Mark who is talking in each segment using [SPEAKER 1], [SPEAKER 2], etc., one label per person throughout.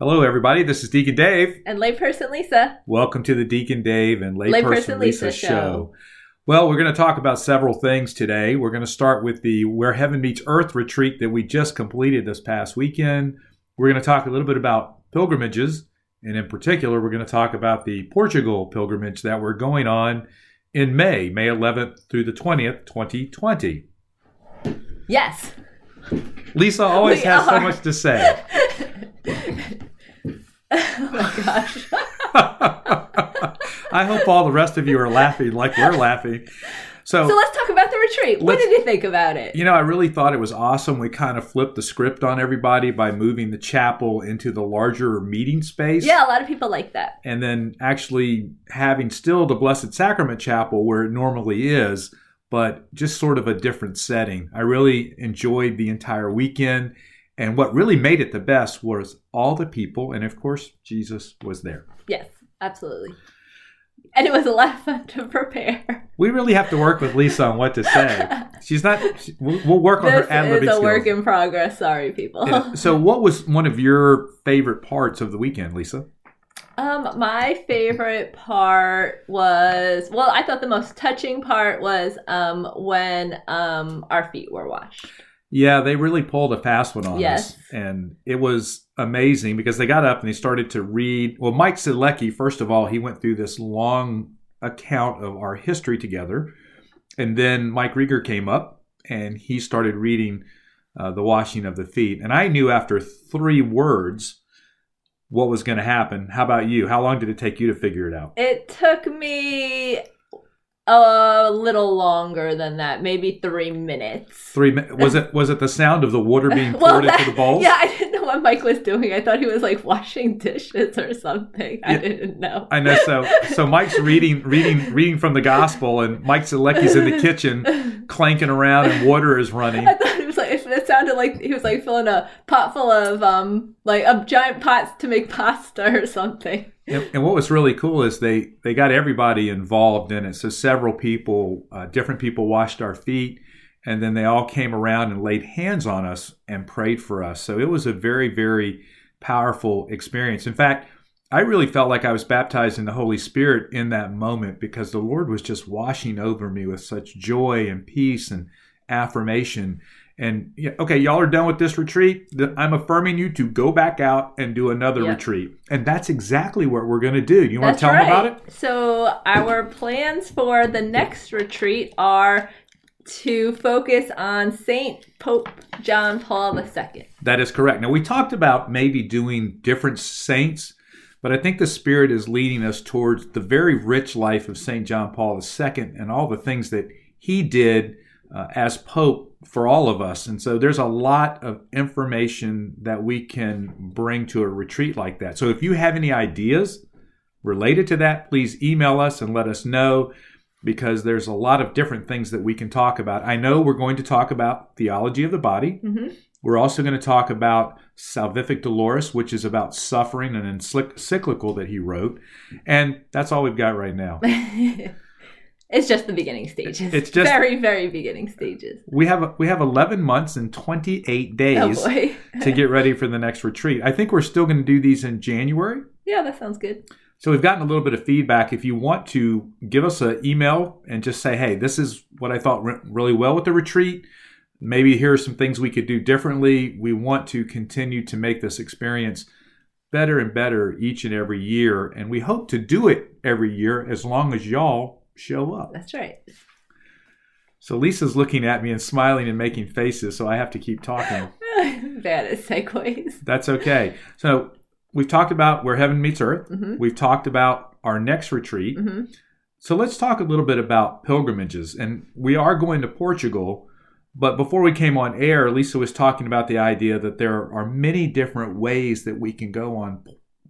[SPEAKER 1] Hello, everybody. This is Deacon Dave.
[SPEAKER 2] And layperson Lisa.
[SPEAKER 1] Welcome to the Deacon Dave and Layperson,
[SPEAKER 2] Layperson
[SPEAKER 1] Lisa,
[SPEAKER 2] Lisa
[SPEAKER 1] show.
[SPEAKER 2] show.
[SPEAKER 1] Well, we're going to talk about several things today. We're going to start with the Where Heaven Meets Earth retreat that we just completed this past weekend. We're going to talk a little bit about pilgrimages. And in particular, we're going to talk about the Portugal pilgrimage that we're going on in May, May 11th through the 20th, 2020.
[SPEAKER 2] Yes.
[SPEAKER 1] Lisa always
[SPEAKER 2] We
[SPEAKER 1] has so
[SPEAKER 2] are.
[SPEAKER 1] much to say.
[SPEAKER 2] Oh my gosh.
[SPEAKER 1] I hope all the rest of you are laughing like we're laughing. So,
[SPEAKER 2] so let's talk about the retreat.
[SPEAKER 1] Oh.
[SPEAKER 2] What
[SPEAKER 1] Let's-
[SPEAKER 2] did you think about it?
[SPEAKER 1] you know, I really thought it was awesome. We kind of flipped the script on everybody by moving the chapel into the larger meeting space.
[SPEAKER 2] Yeah, a lot of people like that.
[SPEAKER 1] And then actually having still the Blessed Sacrament Chapel where it normally is, but just sort of a different setting. I really enjoyed the entire weekend. And what really made it the best was all the people. And of course, Jesus was there.
[SPEAKER 2] Yes, absolutely. And it was a lot of fun to prepare.
[SPEAKER 1] We really have to work with Lisa on what to say. She's not. She, we'll we'll work on
[SPEAKER 2] This
[SPEAKER 1] her ad libbing
[SPEAKER 2] is a work
[SPEAKER 1] skills.
[SPEAKER 2] in progress. Sorry, people.
[SPEAKER 1] Yeah. So, what was one of your favorite parts of the weekend, Lisa?
[SPEAKER 2] Um, my favorite part was well, I thought the most touching part was um when um our feet were washed.
[SPEAKER 1] Yeah, they really pulled a fast one on
[SPEAKER 2] Yes.
[SPEAKER 1] us, and it was amazing because they got up and they started to read. Well, Mike Silecki, first of all, he went through this long account of our history together, and then Mike Rieger came up and he started reading uh, the washing of the feet. And I knew after three words what was going to happen. How about you? How long did it take you to figure it out?
[SPEAKER 2] It took me a little longer than that, maybe three minutes.
[SPEAKER 1] Three mi- was it? Was it the sound of the water being poured
[SPEAKER 2] Well,
[SPEAKER 1] into
[SPEAKER 2] that-
[SPEAKER 1] the bowls?
[SPEAKER 2] Yeah, I didn't know what Mike was doing. I thought he was like washing dishes or something. I
[SPEAKER 1] Yeah.
[SPEAKER 2] didn't know.
[SPEAKER 1] I know. So so Mike's reading reading reading from the gospel, and Mike Zalecki's in the kitchen clanking around, and water is running.
[SPEAKER 2] I thought it was like it sounded like he was like filling a pot full of um like a giant pots to make pasta or something.
[SPEAKER 1] And, and what was really cool is they they got everybody involved in it. So several people, uh, different people, washed our feet, and then they all came around and laid hands on us and prayed for us. So it was a very very powerful experience. In fact. I really felt like I was baptized in the Holy Spirit in that moment because the Lord was just washing over me with such joy and peace and affirmation. And yeah, okay, y'all are done with this retreat. Th- I'm affirming you to go back out and do another
[SPEAKER 2] Yeah.
[SPEAKER 1] retreat. And that's exactly what we're going to do. You want to tell them about it?
[SPEAKER 2] So our plans for the next retreat are to focus on Saint Pope John Paul II.
[SPEAKER 1] That is correct. Now, we talked about maybe doing different saints, but I think the Spirit is leading us towards the very rich life of St. John Paul II and all the things that he did uh, as Pope for all of us. And so there's a lot of information that we can bring to a retreat like that. So if you have any ideas related to that, please email us and let us know. Because there's a lot of different things that we can talk about. I know we're going to talk about theology of the body.
[SPEAKER 2] Mm-hmm.
[SPEAKER 1] We're also going to talk about Salvific Dolores, which is about suffering and encyclical that he wrote. And that's all we've got right now.
[SPEAKER 2] it's just the beginning stages.
[SPEAKER 1] It's just-
[SPEAKER 2] very, very beginning stages.
[SPEAKER 1] We have we have 11 months and 28 days
[SPEAKER 2] Oh boy.
[SPEAKER 1] to get ready for the next retreat. I think we're still going to do these in January.
[SPEAKER 2] yeah, that sounds good.
[SPEAKER 1] So we've gotten a little bit of feedback. If you want to give us an email and just say, hey, this is what I thought went really well with the retreat. Maybe here are some things we could do differently. We want to continue to make this experience better and better each and every year. And we hope to do it every year as long as y'all show up.
[SPEAKER 2] That's right.
[SPEAKER 1] So Lisa's looking at me and smiling and making faces, so I have to keep talking.
[SPEAKER 2] Bad at segues.
[SPEAKER 1] That's okay. So we've talked about where heaven meets earth,
[SPEAKER 2] Mhm.
[SPEAKER 1] we've talked about our next retreat.
[SPEAKER 2] hmm
[SPEAKER 1] So let's talk a little bit about pilgrimages. And we are going to Portugal, but before we came on air, Lisa was talking about the idea that there are many different ways that we can go on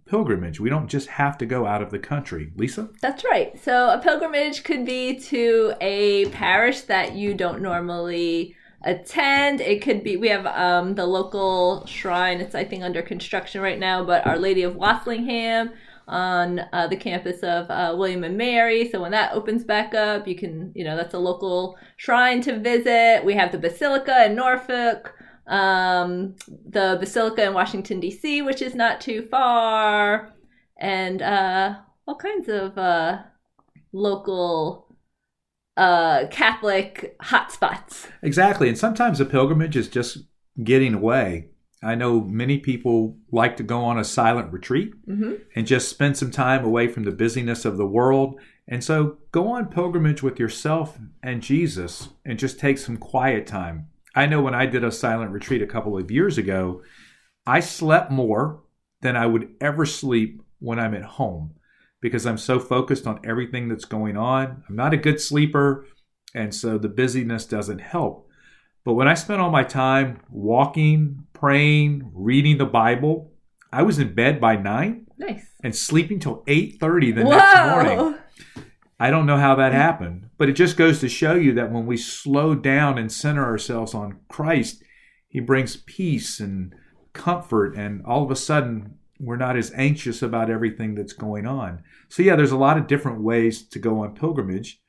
[SPEAKER 1] pilgrimage. We don't just have to go out of the country. Lisa?
[SPEAKER 2] That's right. So a pilgrimage could be to a parish that you don't normally attend. It could be we have um, the local shrine. It's I think under construction right now, but Our Lady of Wasslingham on uh, the campus of uh, William and Mary. So when that opens back up, you can you know that's a local shrine to visit. We have the Basilica in Norfolk. um, the Basilica in Washington, D.C., which is not too far, and uh, all kinds of uh, local uh, Catholic hotspots.
[SPEAKER 1] Exactly. And sometimes a pilgrimage is just getting away. I know many people like to go on a silent retreat
[SPEAKER 2] Mm-hmm.
[SPEAKER 1] and just spend some time away from the busyness of the world. And so go on pilgrimage with yourself and Jesus and just take some quiet time. I know when I did a silent retreat a couple of years ago, I slept more than I would ever sleep when I'm at home because I'm so focused on everything that's going on. I'm not a good sleeper, and so the busyness doesn't help. But when I spent all my time walking, praying, reading the Bible, I was in bed by 9
[SPEAKER 2] Nice.
[SPEAKER 1] and sleeping till 8.30 the next morning i don't know how that happened but it just goes to show you that when we slow down and center ourselves on christ he brings peace and comfort and all of a sudden we're not as anxious about everything that's going on so yeah there's a lot of different ways to go on pilgrimage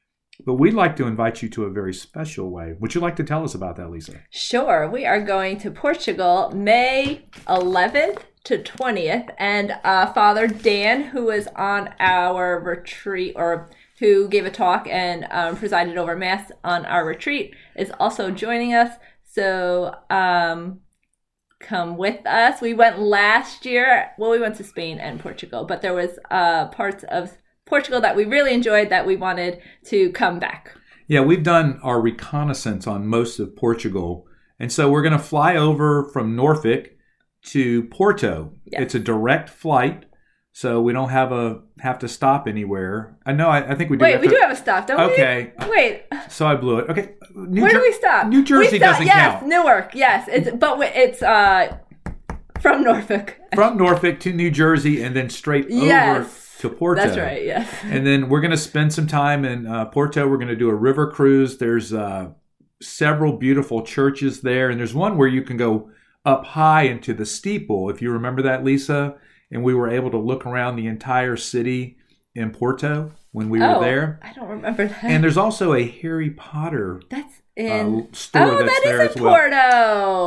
[SPEAKER 1] but we'd like to invite you to a very special way would you like to tell us about that lisa
[SPEAKER 2] Sure, we are going to Portugal May 11th to 20th. And uh, Father Dan, who was on our retreat or who gave a talk and um, presided over Mass on our retreat, is also joining us. So um, come with us. We went last year. Well, we went to Spain and Portugal, but there was uh, parts of Portugal that we really enjoyed that we wanted to come back.
[SPEAKER 1] Yeah, we've done our reconnaissance on most of Portugal. And so we're going to fly over from Norfolk to Porto.
[SPEAKER 2] Yeah.
[SPEAKER 1] It's a direct flight, so we don't have a have to stop anywhere. I know I, I think we do
[SPEAKER 2] Wait,
[SPEAKER 1] have
[SPEAKER 2] we
[SPEAKER 1] to,
[SPEAKER 2] do have a stop, don't
[SPEAKER 1] Okay.
[SPEAKER 2] we? Wait,
[SPEAKER 1] So I blew it. Okay. New
[SPEAKER 2] Where
[SPEAKER 1] Jer-
[SPEAKER 2] do we stop?
[SPEAKER 1] New Jersey
[SPEAKER 2] we stop,
[SPEAKER 1] doesn't
[SPEAKER 2] yes,
[SPEAKER 1] count.
[SPEAKER 2] Newark, yes. It's but we- it's uh from Norfolk.
[SPEAKER 1] From Norfolk to New Jersey and then straight
[SPEAKER 2] Yes.
[SPEAKER 1] over to Porto.
[SPEAKER 2] That's right. Yes.
[SPEAKER 1] and then we're going to spend some time in uh, Porto. We're going to do a river cruise. There's uh, several beautiful churches there, and there's one where you can go up high into the steeple. If you remember that, Lisa, and we were able to look around the entire city in Porto when we
[SPEAKER 2] oh,
[SPEAKER 1] were there.
[SPEAKER 2] I don't remember that.
[SPEAKER 1] And there's also a Harry Potter
[SPEAKER 2] that's
[SPEAKER 1] uh,
[SPEAKER 2] in.
[SPEAKER 1] store
[SPEAKER 2] oh,
[SPEAKER 1] that's
[SPEAKER 2] that
[SPEAKER 1] there
[SPEAKER 2] is
[SPEAKER 1] as
[SPEAKER 2] in
[SPEAKER 1] well.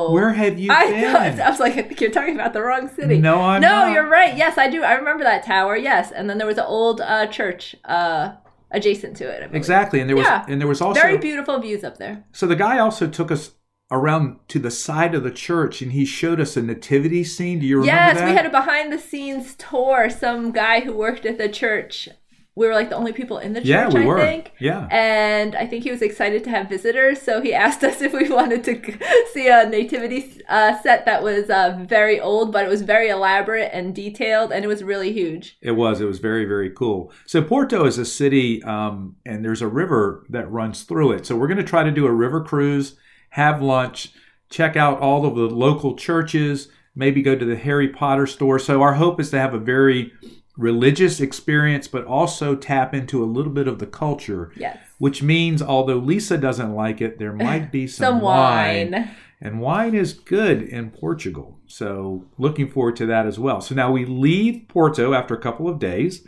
[SPEAKER 2] Porto.
[SPEAKER 1] Where have you
[SPEAKER 2] I
[SPEAKER 1] been?
[SPEAKER 2] thought I was like, I think you're talking about the wrong city.
[SPEAKER 1] No, I'm
[SPEAKER 2] no,
[SPEAKER 1] not.
[SPEAKER 2] you're right. Yes, I do. I remember that tower. Yes, and then there was an old uh, church uh, adjacent to it. I believe.
[SPEAKER 1] Exactly, and there was
[SPEAKER 2] Yeah.
[SPEAKER 1] and there was also
[SPEAKER 2] Very beautiful views up there.
[SPEAKER 1] So the guy also took us around to the side of the church and he showed us a nativity scene. Do you remember
[SPEAKER 2] Yes,
[SPEAKER 1] that?
[SPEAKER 2] we had a behind the scenes tour. Some guy who worked at the church. We were like the only people in the church,
[SPEAKER 1] yeah, we
[SPEAKER 2] I
[SPEAKER 1] were.
[SPEAKER 2] think.
[SPEAKER 1] Yeah.
[SPEAKER 2] And I think he was excited to have visitors, so he asked us if we wanted to see a nativity uh, set that was uh, very old, but it was very elaborate and detailed, and it was really huge.
[SPEAKER 1] It was. It was very, very cool. So Porto is a city, um, and there's a river that runs through it. So we're going to try to do a river cruise, have lunch, check out all of the local churches, maybe go to the Harry Potter store. So our hope is to have a very religious experience, but also tap into a little bit of the culture.
[SPEAKER 2] Yes.
[SPEAKER 1] Which means, although Lisa doesn't like it, there might be some,
[SPEAKER 2] Some wine.
[SPEAKER 1] And wine is good in Portugal. So, looking forward to that as well. So, now we leave Porto after a couple of days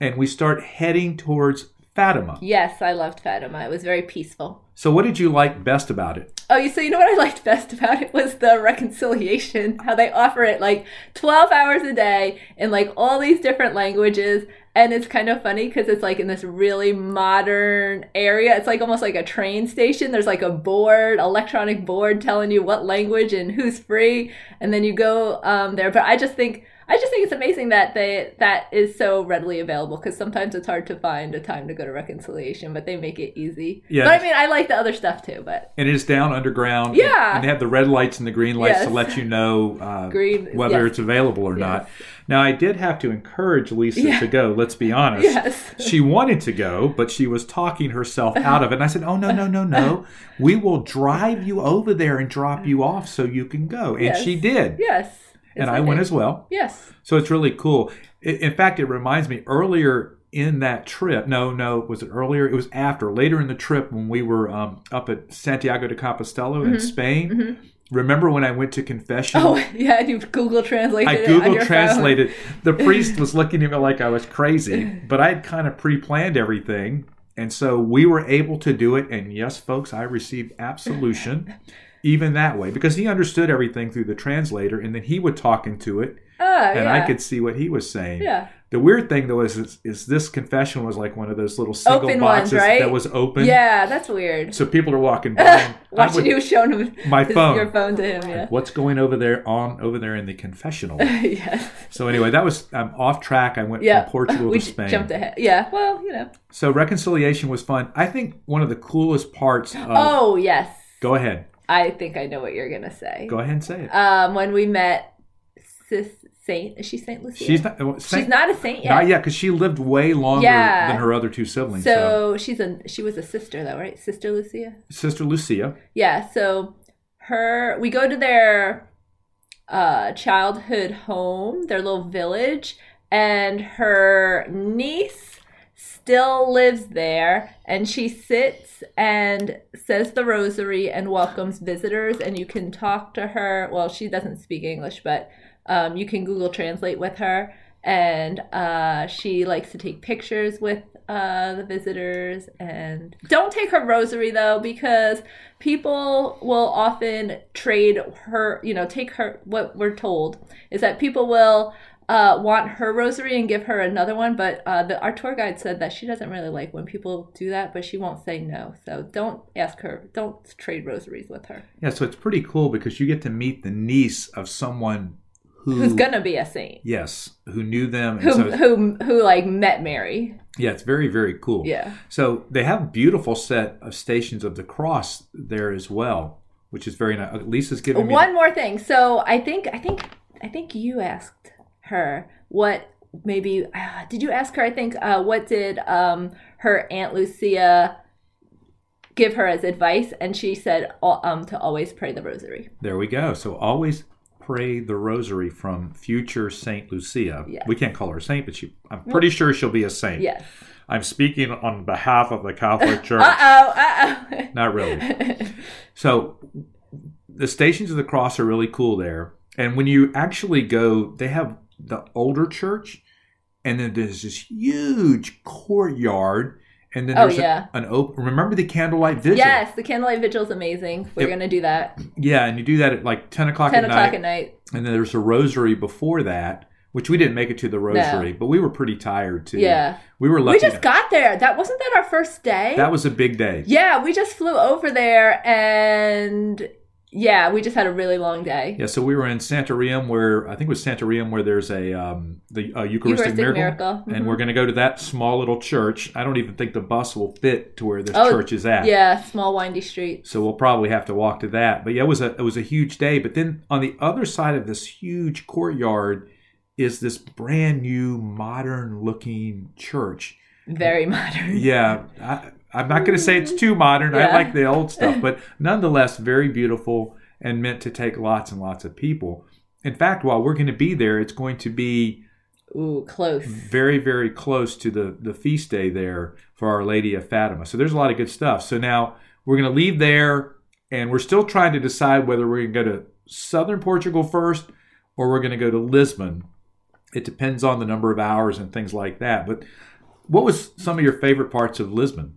[SPEAKER 1] and we start heading towards Fatima.
[SPEAKER 2] Yes, I loved Fatima. It was very peaceful.
[SPEAKER 1] So, what did you like best about it?
[SPEAKER 2] Oh, you so you know what I liked best about it was the reconciliation. How they offer it like twelve hours a day in like all these different languages, and it's kind of funny because it's like in this really modern area. It's like almost like a train station. There's like a board, electronic board, telling you what language and who's free, and then you go um, there. But I just think I just think it's amazing that they that is so readily available because sometimes it's hard to find a time to go to reconciliation, but they make it easy.
[SPEAKER 1] Yeah.
[SPEAKER 2] But I mean, I like the other stuff too, but.
[SPEAKER 1] And it is down underground.
[SPEAKER 2] Yeah.
[SPEAKER 1] And they have the red lights and the green lights to
[SPEAKER 2] Yes.
[SPEAKER 1] let you know uh,
[SPEAKER 2] Green-
[SPEAKER 1] whether
[SPEAKER 2] yes.
[SPEAKER 1] it's available or not. Now, I did have to encourage Lisa
[SPEAKER 2] Yeah.
[SPEAKER 1] to go, let's be honest.
[SPEAKER 2] Yes.
[SPEAKER 1] she wanted to go, but she was talking herself out of it. And I said, Oh, no, no, no, no. We will drive you over there and drop you off so you can go. And
[SPEAKER 2] Yes.
[SPEAKER 1] she did.
[SPEAKER 2] Yes.
[SPEAKER 1] and I went as well.
[SPEAKER 2] Yes.
[SPEAKER 1] So it's really cool. I- In fact, it reminds me earlier in that trip. No, no, was it earlier? It was after, later in the trip when we were um, up at Santiago de Compostela
[SPEAKER 2] Mm-hmm.
[SPEAKER 1] in Spain. Remember when I went to confession?
[SPEAKER 2] Oh, yeah, and you Google translated
[SPEAKER 1] I
[SPEAKER 2] it on your
[SPEAKER 1] Google
[SPEAKER 2] phone.
[SPEAKER 1] translated. The priest was looking at me like I was crazy, but I had kind of pre planned everything. And so we were able to do it. And yes, folks, I received absolution, even that way because he understood everything through the translator and then he would talk into it
[SPEAKER 2] Oh,
[SPEAKER 1] and
[SPEAKER 2] yeah.
[SPEAKER 1] I could see what he was saying.
[SPEAKER 2] Yeah.
[SPEAKER 1] The weird thing though is, is is this confession was like one of those little single
[SPEAKER 2] Open ones,
[SPEAKER 1] boxes
[SPEAKER 2] right?
[SPEAKER 1] that was open.
[SPEAKER 2] Yeah, that's weird.
[SPEAKER 1] So people are walking by. and I'm
[SPEAKER 2] Watching
[SPEAKER 1] with
[SPEAKER 2] you showing him
[SPEAKER 1] my
[SPEAKER 2] his-
[SPEAKER 1] phone.
[SPEAKER 2] your phone to him. Yeah.
[SPEAKER 1] What's going over there on over there in the confessional?
[SPEAKER 2] yeah.
[SPEAKER 1] so anyway, that was I'm off track. I went
[SPEAKER 2] Yeah.
[SPEAKER 1] from Portugal
[SPEAKER 2] we
[SPEAKER 1] to Spain.
[SPEAKER 2] jumped ahead. Yeah. Well, you know.
[SPEAKER 1] So reconciliation was fun. I think one of the coolest parts of
[SPEAKER 2] Oh yes.
[SPEAKER 1] Go ahead.
[SPEAKER 2] I think I know what you're gonna say.
[SPEAKER 1] Go ahead and say it.
[SPEAKER 2] Um, when we met, Sis Saint is she Saint Lucia?
[SPEAKER 1] she's not well,
[SPEAKER 2] She's
[SPEAKER 1] Saint,
[SPEAKER 2] not a saint yet.
[SPEAKER 1] not yet cuz she lived way longer
[SPEAKER 2] Yeah.
[SPEAKER 1] than her other two siblings. So,
[SPEAKER 2] So she's a she was a sister though, right? Sister Lucia.
[SPEAKER 1] sister Lucia.
[SPEAKER 2] Yeah. So her we go to their uh, childhood home, their little village, and her niece still lives there, and she sits and says the rosary and welcomes visitors, and you can talk to her. Well, she doesn't speak English, but um, you can Google Translate with her. And uh, she likes to take pictures with uh, the visitors. And don't take her rosary though, because people will often trade her. You know, take her. What we're told is that people will uh, want her rosary and give her another one. But uh, the, our tour guide said that she doesn't really like when people do that, but she won't say no. So don't ask her. Don't trade rosaries with her.
[SPEAKER 1] Yeah, so it's pretty cool because you get to meet the niece of someone who
[SPEAKER 2] Who's gonna be a saint?
[SPEAKER 1] Yes, who knew them. And
[SPEAKER 2] who
[SPEAKER 1] so,
[SPEAKER 2] who who like met Mary.
[SPEAKER 1] yeah, it's very very cool.
[SPEAKER 2] Yeah.
[SPEAKER 1] So they have a beautiful set of stations of the cross there as well, which is very nice. Lisa's giving me
[SPEAKER 2] One more thing. So I think I think I think you asked her what maybe uh, did you ask her? I think uh, what did um, her aunt Lucia give her as advice, and she said al- um, to always pray the Rosary.
[SPEAKER 1] There we go. So always pray the rosary from future Saint Lucia.
[SPEAKER 2] Yeah.
[SPEAKER 1] We can't call her saint, but she I'm pretty sure she'll be a saint.
[SPEAKER 2] Yes.
[SPEAKER 1] I'm speaking on behalf of the Catholic Church.
[SPEAKER 2] Uh oh. Uh
[SPEAKER 1] Not really.
[SPEAKER 2] oh.
[SPEAKER 1] So the stations of the cross are really cool there. And when you actually go, they have the older church, and then there's this huge courtyard, and then
[SPEAKER 2] Oh,
[SPEAKER 1] there's a-
[SPEAKER 2] yeah.
[SPEAKER 1] an open. Remember the candlelight vigil?
[SPEAKER 2] yes, the candlelight vigil is amazing. We're
[SPEAKER 1] It-
[SPEAKER 2] gonna do that.
[SPEAKER 1] Yeah, and you do that at like ten o'clock
[SPEAKER 2] Ten
[SPEAKER 1] at
[SPEAKER 2] o'clock
[SPEAKER 1] night,
[SPEAKER 2] at night.
[SPEAKER 1] and then there's a rosary before that, which we didn't make it to the rosary, but we were pretty tired too.
[SPEAKER 2] Yeah.
[SPEAKER 1] we were lucky.
[SPEAKER 2] We just got there. That wasn't that our first day.
[SPEAKER 1] that was a big day.
[SPEAKER 2] Yeah, we just flew over there and yeah, we just had a really long day.
[SPEAKER 1] Yeah, so we were in Santorium, where I think it was Santorium, where there's a um, the uh, Eucharistic,
[SPEAKER 2] Eucharistic
[SPEAKER 1] miracle,
[SPEAKER 2] miracle.
[SPEAKER 1] and
[SPEAKER 2] Mhm.
[SPEAKER 1] we're going to go to that small little church. I don't even think the bus will fit to where this
[SPEAKER 2] Oh,
[SPEAKER 1] church is at.
[SPEAKER 2] Yeah, small windy street.
[SPEAKER 1] So we'll probably have to walk to that. But yeah, it was a it was a huge day. But then on the other side of this huge courtyard is this brand new, modern looking church.
[SPEAKER 2] Very modern.
[SPEAKER 1] Yeah, I, I'm not going to say it's too modern. I
[SPEAKER 2] Yeah.
[SPEAKER 1] like the old stuff, but nonetheless, very beautiful and meant to take lots and lots of people. In fact, while we're going to be there, it's going to be
[SPEAKER 2] Ooh, close.
[SPEAKER 1] very, very close to the, the feast day there for Our Lady of Fatima. So there's a lot of good stuff. So now we're going to leave there, and we're still trying to decide whether we're going to go to southern Portugal first or we're going to go to Lisbon. It depends on the number of hours and things like that. But what was some of your favorite parts of Lisbon,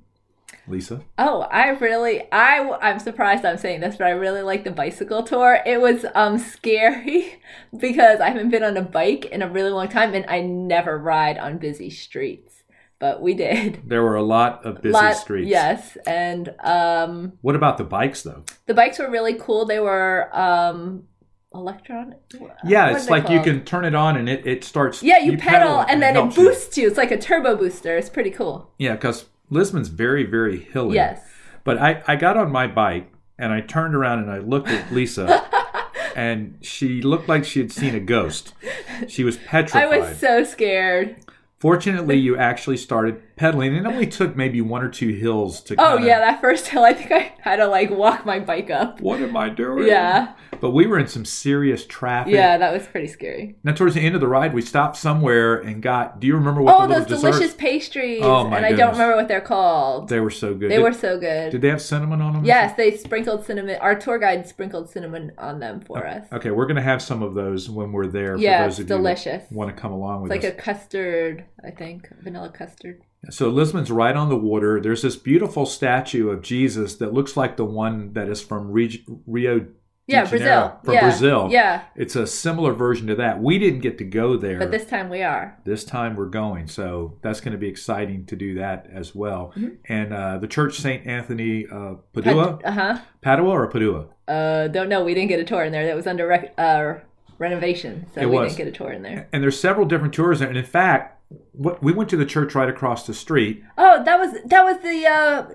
[SPEAKER 1] Lisa?
[SPEAKER 2] Oh, I really I I'm surprised I'm saying this, but I really like the bicycle tour. It was um scary because I haven't been on a bike in a really long time and I never ride on busy streets, but we did.
[SPEAKER 1] There were a lot of busy
[SPEAKER 2] Lot-
[SPEAKER 1] streets.
[SPEAKER 2] Yes, and um
[SPEAKER 1] What about the bikes though?
[SPEAKER 2] the bikes were really cool. They were um electron.
[SPEAKER 1] Yeah,
[SPEAKER 2] what
[SPEAKER 1] it's
[SPEAKER 2] are they
[SPEAKER 1] like you
[SPEAKER 2] called?
[SPEAKER 1] can turn it on and it, it starts.
[SPEAKER 2] Yeah, you, pedal, and then it
[SPEAKER 1] helps you.
[SPEAKER 2] boosts you. It's like a turbo booster. It's pretty cool.
[SPEAKER 1] Yeah, because Lisbon's very, very hilly.
[SPEAKER 2] Yes.
[SPEAKER 1] But I, I got on my bike and I turned around and I looked at Lisa and she looked like she had seen a ghost. She was
[SPEAKER 2] I
[SPEAKER 1] petrified.
[SPEAKER 2] was so scared.
[SPEAKER 1] Fortunately, you actually started pedaling and it only took maybe one or two hills to
[SPEAKER 2] Oh
[SPEAKER 1] kinda,
[SPEAKER 2] yeah, that first hill, I think I had to like walk my bike up.
[SPEAKER 1] What am I doing?
[SPEAKER 2] Yeah,
[SPEAKER 1] But we were in some serious traffic.
[SPEAKER 2] yeah, that was pretty scary.
[SPEAKER 1] Now, towards the end of the ride, we stopped somewhere and got. Do you remember what
[SPEAKER 2] Oh,
[SPEAKER 1] the little
[SPEAKER 2] those
[SPEAKER 1] desserts?
[SPEAKER 2] delicious pastries,
[SPEAKER 1] Oh, my
[SPEAKER 2] and I don't
[SPEAKER 1] goodness.
[SPEAKER 2] remember what they're called.
[SPEAKER 1] They were so good.
[SPEAKER 2] They
[SPEAKER 1] did,
[SPEAKER 2] were so good.
[SPEAKER 1] Did they have cinnamon on them?
[SPEAKER 2] yes, they sprinkled cinnamon. Our tour guide sprinkled cinnamon on them for us.
[SPEAKER 1] Okay, we're gonna have some of those when we're there.
[SPEAKER 2] Yeah,
[SPEAKER 1] for those
[SPEAKER 2] it's
[SPEAKER 1] of
[SPEAKER 2] delicious.
[SPEAKER 1] you want to come along
[SPEAKER 2] It's
[SPEAKER 1] with
[SPEAKER 2] like
[SPEAKER 1] us.
[SPEAKER 2] a custard, I think, vanilla custard.
[SPEAKER 1] So Lisbon's right on the water. There's this beautiful statue of Jesus that looks like the one that is from Reg- Rio. de
[SPEAKER 2] Yeah,
[SPEAKER 1] Janeiro-
[SPEAKER 2] Brazil.
[SPEAKER 1] From
[SPEAKER 2] yeah.
[SPEAKER 1] Brazil.
[SPEAKER 2] Yeah,
[SPEAKER 1] It's a similar version to that. We didn't get to go there.
[SPEAKER 2] but this time we are.
[SPEAKER 1] this time we're going. So that's going to be exciting to do that as well.
[SPEAKER 2] Mhm.
[SPEAKER 1] And uh, the church St. Anthony uh, Padua,
[SPEAKER 2] Uh huh.
[SPEAKER 1] Padua or Padua?
[SPEAKER 2] Uh, don't know. We didn't get a tour in there. That was under rec- uh, renovation, so
[SPEAKER 1] It
[SPEAKER 2] we
[SPEAKER 1] was.
[SPEAKER 2] didn't get a tour in there.
[SPEAKER 1] And there's several different tours. there. And in fact, what, we went to the church right across the street.
[SPEAKER 2] Oh, that was that was the. Uh,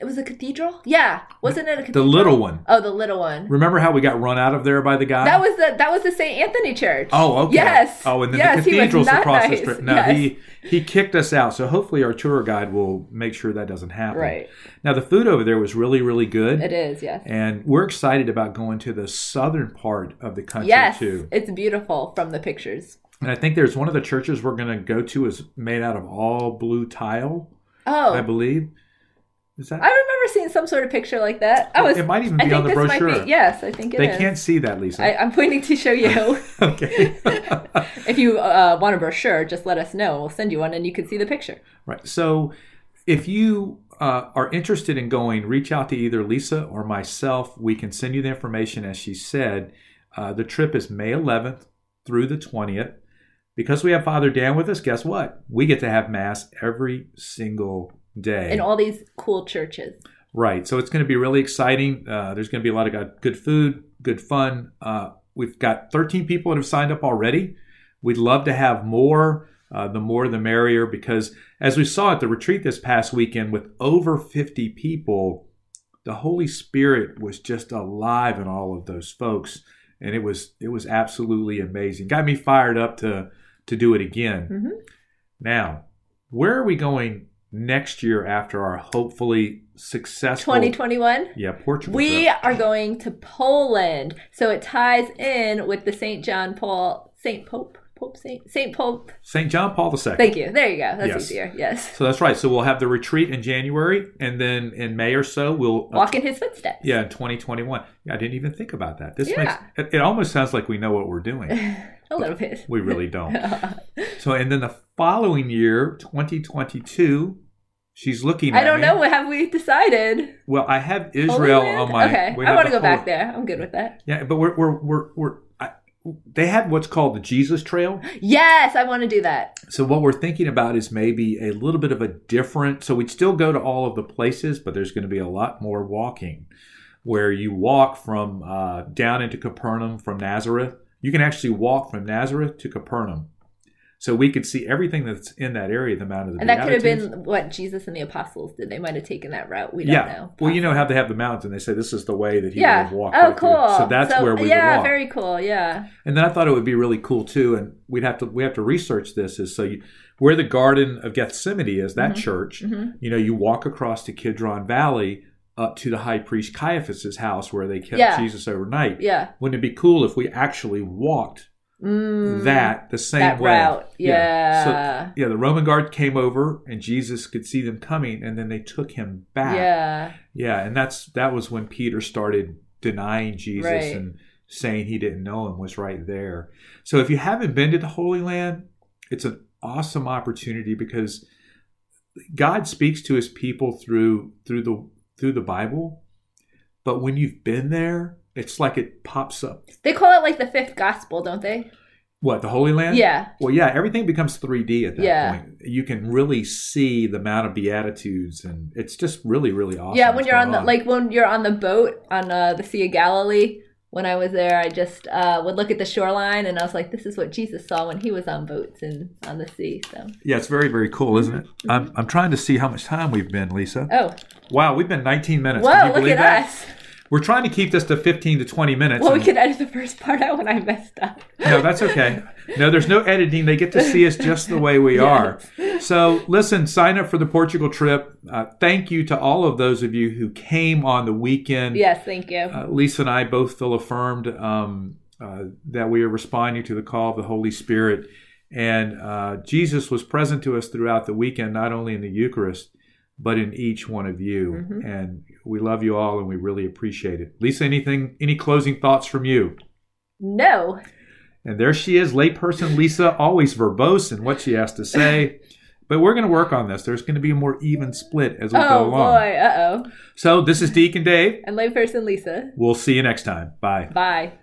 [SPEAKER 2] it was a cathedral. Yeah, wasn't it a
[SPEAKER 1] The
[SPEAKER 2] cathedral?
[SPEAKER 1] little one.
[SPEAKER 2] Oh, the little one.
[SPEAKER 1] Remember how we got run out of there by the guy?
[SPEAKER 2] That was the that was the St. Anthony Church.
[SPEAKER 1] Oh, okay.
[SPEAKER 2] Yes.
[SPEAKER 1] Oh, and then
[SPEAKER 2] Yes,
[SPEAKER 1] the
[SPEAKER 2] he was
[SPEAKER 1] cathedral's
[SPEAKER 2] not
[SPEAKER 1] across
[SPEAKER 2] nice.
[SPEAKER 1] the street. No,
[SPEAKER 2] Yes.
[SPEAKER 1] he he kicked us out. So hopefully our tour guide will make sure that doesn't happen.
[SPEAKER 2] right.
[SPEAKER 1] Now the food over there was really really good,
[SPEAKER 2] It is. Yes.
[SPEAKER 1] and we're excited about going to the southern part of the country
[SPEAKER 2] Yes,
[SPEAKER 1] too.
[SPEAKER 2] it's beautiful from the pictures.
[SPEAKER 1] And I think there's one of the churches we're going to go to is made out of all blue tile.
[SPEAKER 2] Oh, I,
[SPEAKER 1] I believe. Is that?
[SPEAKER 2] remember seeing some sort of picture like that. I was.
[SPEAKER 1] it might even
[SPEAKER 2] I
[SPEAKER 1] be
[SPEAKER 2] think
[SPEAKER 1] on the
[SPEAKER 2] this
[SPEAKER 1] brochure.
[SPEAKER 2] might be. Yes, I think it
[SPEAKER 1] they
[SPEAKER 2] is.
[SPEAKER 1] can't see that, Lisa.
[SPEAKER 2] I, I'm pointing to show you.
[SPEAKER 1] okay.
[SPEAKER 2] if you uh, want a brochure, just let us know. We'll send you one, and you can see the picture.
[SPEAKER 1] Right. So if you uh, are interested in going, reach out to either Lisa or myself. We can send you the information. As she said, uh, the trip is May 11th through the 20th. Because we have Father Dan with us, guess what? We get to have Mass every single day.
[SPEAKER 2] In all these cool churches.
[SPEAKER 1] Right. So it's going to be really exciting. Uh, there's going to be a lot of good- good food, good fun. Uh, we've got 13 people that have signed up already. We'd love to have more. Uh, the more the merrier, because as we saw at the retreat this past weekend with over 50 people, the Holy Spirit was just alive in all of those folks, and it was it was absolutely amazing. Got me fired up to to do it again.
[SPEAKER 2] Mhm.
[SPEAKER 1] Now, where are we going next year after our hopefully successful
[SPEAKER 2] 2021.
[SPEAKER 1] Yeah, Portugal.
[SPEAKER 2] We
[SPEAKER 1] trip?
[SPEAKER 2] are going to Poland, so it ties in with the St. John Paul, St. Pope, Pope Saint, Saint Pope.
[SPEAKER 1] St. John Paul II.
[SPEAKER 2] Thank you. There you go. That's
[SPEAKER 1] Yes.
[SPEAKER 2] easier. Yes,
[SPEAKER 1] so that's right. So we'll have the retreat in January, and then in May or so we'll uh,
[SPEAKER 2] walk in his footsteps.
[SPEAKER 1] Yeah, in 2021. Yeah, I didn't even think about that. This
[SPEAKER 2] Yeah.
[SPEAKER 1] makes it, it almost sounds like we know what we're doing.
[SPEAKER 2] a little bit.
[SPEAKER 1] We really don't. So, and then the following year, 2022, she's looking.
[SPEAKER 2] I
[SPEAKER 1] at
[SPEAKER 2] don't
[SPEAKER 1] me.
[SPEAKER 2] know. Have we decided?
[SPEAKER 1] Well, I have
[SPEAKER 2] Holy
[SPEAKER 1] Israel
[SPEAKER 2] Land?
[SPEAKER 1] on my.
[SPEAKER 2] Okay,
[SPEAKER 1] we
[SPEAKER 2] I
[SPEAKER 1] have
[SPEAKER 2] want to
[SPEAKER 1] the
[SPEAKER 2] go back
[SPEAKER 1] whole-
[SPEAKER 2] there. I'm good with that.
[SPEAKER 1] Yeah, but we're we're we're, we're I, they have what's called the Jesus Trail.
[SPEAKER 2] Yes, I want to do that.
[SPEAKER 1] So what we're thinking about is maybe a little bit of a different. So we'd still go to all of the places, but there's going to be a lot more walking, where you walk from uh, down into Capernaum from Nazareth. You can actually walk from Nazareth to Capernaum, so we could see everything that's in that area, the Mount of the
[SPEAKER 2] And that could have
[SPEAKER 1] Beatitudes.
[SPEAKER 2] been what Jesus and the apostles did. They might have taken that route. We don't
[SPEAKER 1] yeah.
[SPEAKER 2] know.
[SPEAKER 1] Well, you know how they have the mountains, and they say this is the way that he
[SPEAKER 2] yeah.
[SPEAKER 1] would walk.
[SPEAKER 2] Oh,
[SPEAKER 1] right through.
[SPEAKER 2] cool.
[SPEAKER 1] So that's where we
[SPEAKER 2] Yeah,
[SPEAKER 1] would walk.
[SPEAKER 2] very cool. Yeah.
[SPEAKER 1] And then I thought it would be really cool too, and we'd have to we have to research this. Is so you, where the Garden of Gethsemane is that
[SPEAKER 2] Mhm.
[SPEAKER 1] church.
[SPEAKER 2] hmm
[SPEAKER 1] You know, you walk across to Kidron Valley up to the high priest Caiaphas's house where they kept
[SPEAKER 2] Yeah.
[SPEAKER 1] Jesus overnight.
[SPEAKER 2] Yeah.
[SPEAKER 1] Wouldn't it be cool if we actually walked
[SPEAKER 2] Mm,
[SPEAKER 1] that the same
[SPEAKER 2] that
[SPEAKER 1] way?
[SPEAKER 2] route. Yeah.
[SPEAKER 1] So, yeah, the Roman guard came over and Jesus could see them coming and then they took him back.
[SPEAKER 2] Yeah.
[SPEAKER 1] Yeah, and that's that was when Peter started denying Jesus
[SPEAKER 2] Right.
[SPEAKER 1] and saying he didn't know him was right there. So if you haven't been to the Holy Land, it's an awesome opportunity because God speaks to his people through through the through the Bible. But when you've been there, it's like it pops up.
[SPEAKER 2] They call it like the fifth gospel, don't they?
[SPEAKER 1] What, the Holy Land?
[SPEAKER 2] Yeah.
[SPEAKER 1] Well, yeah, everything becomes 3D at that
[SPEAKER 2] Yeah.
[SPEAKER 1] point. You can really see the Mount of Beatitudes and it's just really, really awesome.
[SPEAKER 2] yeah, when
[SPEAKER 1] what's
[SPEAKER 2] you're on
[SPEAKER 1] going
[SPEAKER 2] the like when you're on the boat on uh, the Sea of Galilee. When I was there, I just uh, would look at the shoreline, and I was like, "This is what Jesus saw when he was on boats and on the sea." So,
[SPEAKER 1] Yeah, it's very, very cool, isn't it? I'm, I'm trying to see how much time we've been, Lisa.
[SPEAKER 2] Mm-hmm. oh,
[SPEAKER 1] Wow, we've been 19 minutes. Can
[SPEAKER 2] whoa!
[SPEAKER 1] you
[SPEAKER 2] Look
[SPEAKER 1] believe
[SPEAKER 2] at
[SPEAKER 1] that?
[SPEAKER 2] us.
[SPEAKER 1] We're trying to keep this to 15 to 20 minutes.
[SPEAKER 2] Well, we
[SPEAKER 1] and-
[SPEAKER 2] could edit the first part out when I messed up.
[SPEAKER 1] No, that's okay. No, there's no editing. They get to see us just the way we are. So, listen, sign up for the Portugal trip. Uh, thank you to all of those of you who came on the weekend.
[SPEAKER 2] Yes, thank you.
[SPEAKER 1] Uh, Lisa and I both feel affirmed um, uh, that we are responding to the call of the Holy Spirit. And uh, Jesus was present to us throughout the weekend, not only in the Eucharist, but in each one of you.
[SPEAKER 2] Mhm.
[SPEAKER 1] And we love you all and we really appreciate it. Lisa, anything, any closing thoughts from you?
[SPEAKER 2] no,
[SPEAKER 1] And there she is, layperson Lisa, always verbose in what she has to say. But we're going to work on this. There's going to be a more even split as we go
[SPEAKER 2] Oh boy,
[SPEAKER 1] along.
[SPEAKER 2] uh oh.
[SPEAKER 1] So this is Deacon Dave.
[SPEAKER 2] And layperson Lisa.
[SPEAKER 1] We'll see you next time. Bye.
[SPEAKER 2] Bye.